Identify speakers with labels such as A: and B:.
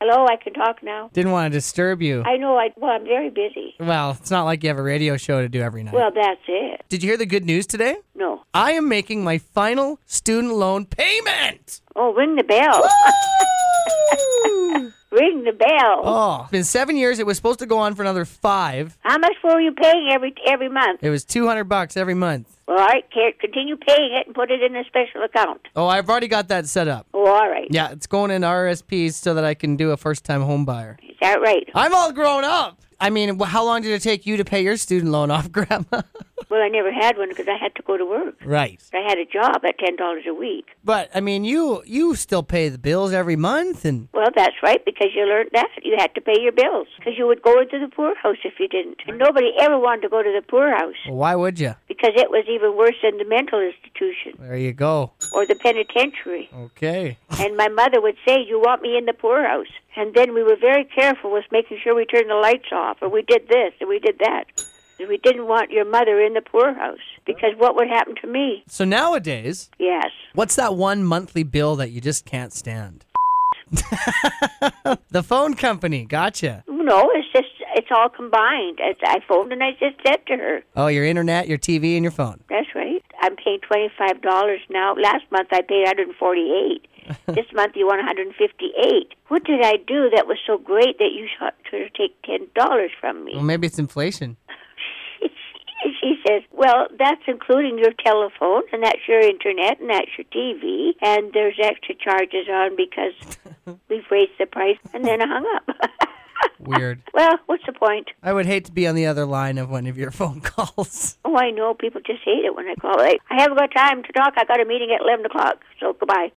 A: Hello, I can talk now.
B: Didn't want to disturb you.
A: I know. I well, I'm very busy.
B: well, it's not like you have a radio show to do every night.
A: Well, that's it.
B: Did you hear the good news today?
A: No.
B: I am making my final student loan payment.
A: Oh, ring the bell. ring the bell.
B: oh, it's been seven years. It was supposed to go on for another five.
A: How much were you paying every every month?
B: It was two hundred bucks every month.
A: Well, all right, ca- continue paying it and put it in a special account.
B: Oh, I've already got that set up.
A: Oh, all right.
B: Yeah, it's going in RSPs so that I can do a first-time home buyer.
A: Is that right?
B: I'm all grown up. I mean, wh- how long did it take you to pay your student loan off, Grandma?
A: Well, I never had one because I had to go to work.
B: right.
A: I had a job at ten dollars a week.
B: But I mean, you you still pay the bills every month, and
A: Well, that's right because you learned that you had to pay your bills because you would go into the poorhouse if you didn't. And nobody ever wanted to go to the poorhouse
B: well, why would you?
A: because it was even worse than the mental institution
B: There you go.
A: or the penitentiary.
B: Okay.
A: And my mother would say, "You want me in the poorhouse?" And then we were very careful with making sure we turned the lights off, or we did this, and we did that. We didn't want your mother in the poorhouse because what would happen to me?
B: So nowadays,
A: Yes,
B: what's that one monthly bill that you just can't stand? the phone company. Gotcha.
A: no, it's just it's all combined. It's, I phoned and I just said to her,
B: Oh, your internet, your TV, and your phone.
A: "That's right. I'm paying twenty five dollars now. Last month I paid one hundred forty eight. this month you want one hundred fifty eight. What did I do that was so great that you should have take ten dollars from me?"
B: Well, maybe it's inflation.
A: She says, Well, that's including your telephone, and that's your internet, and that's your TV, and there's extra charges on because we've raised the price. And then I hung up.
B: Weird.
A: well, what's the point?
B: I would hate to be on the other line of one of your phone calls.
A: Oh, I know people just hate it when I call. Like, I haven't got time to talk. I got a meeting at 11 o'clock, so goodbye.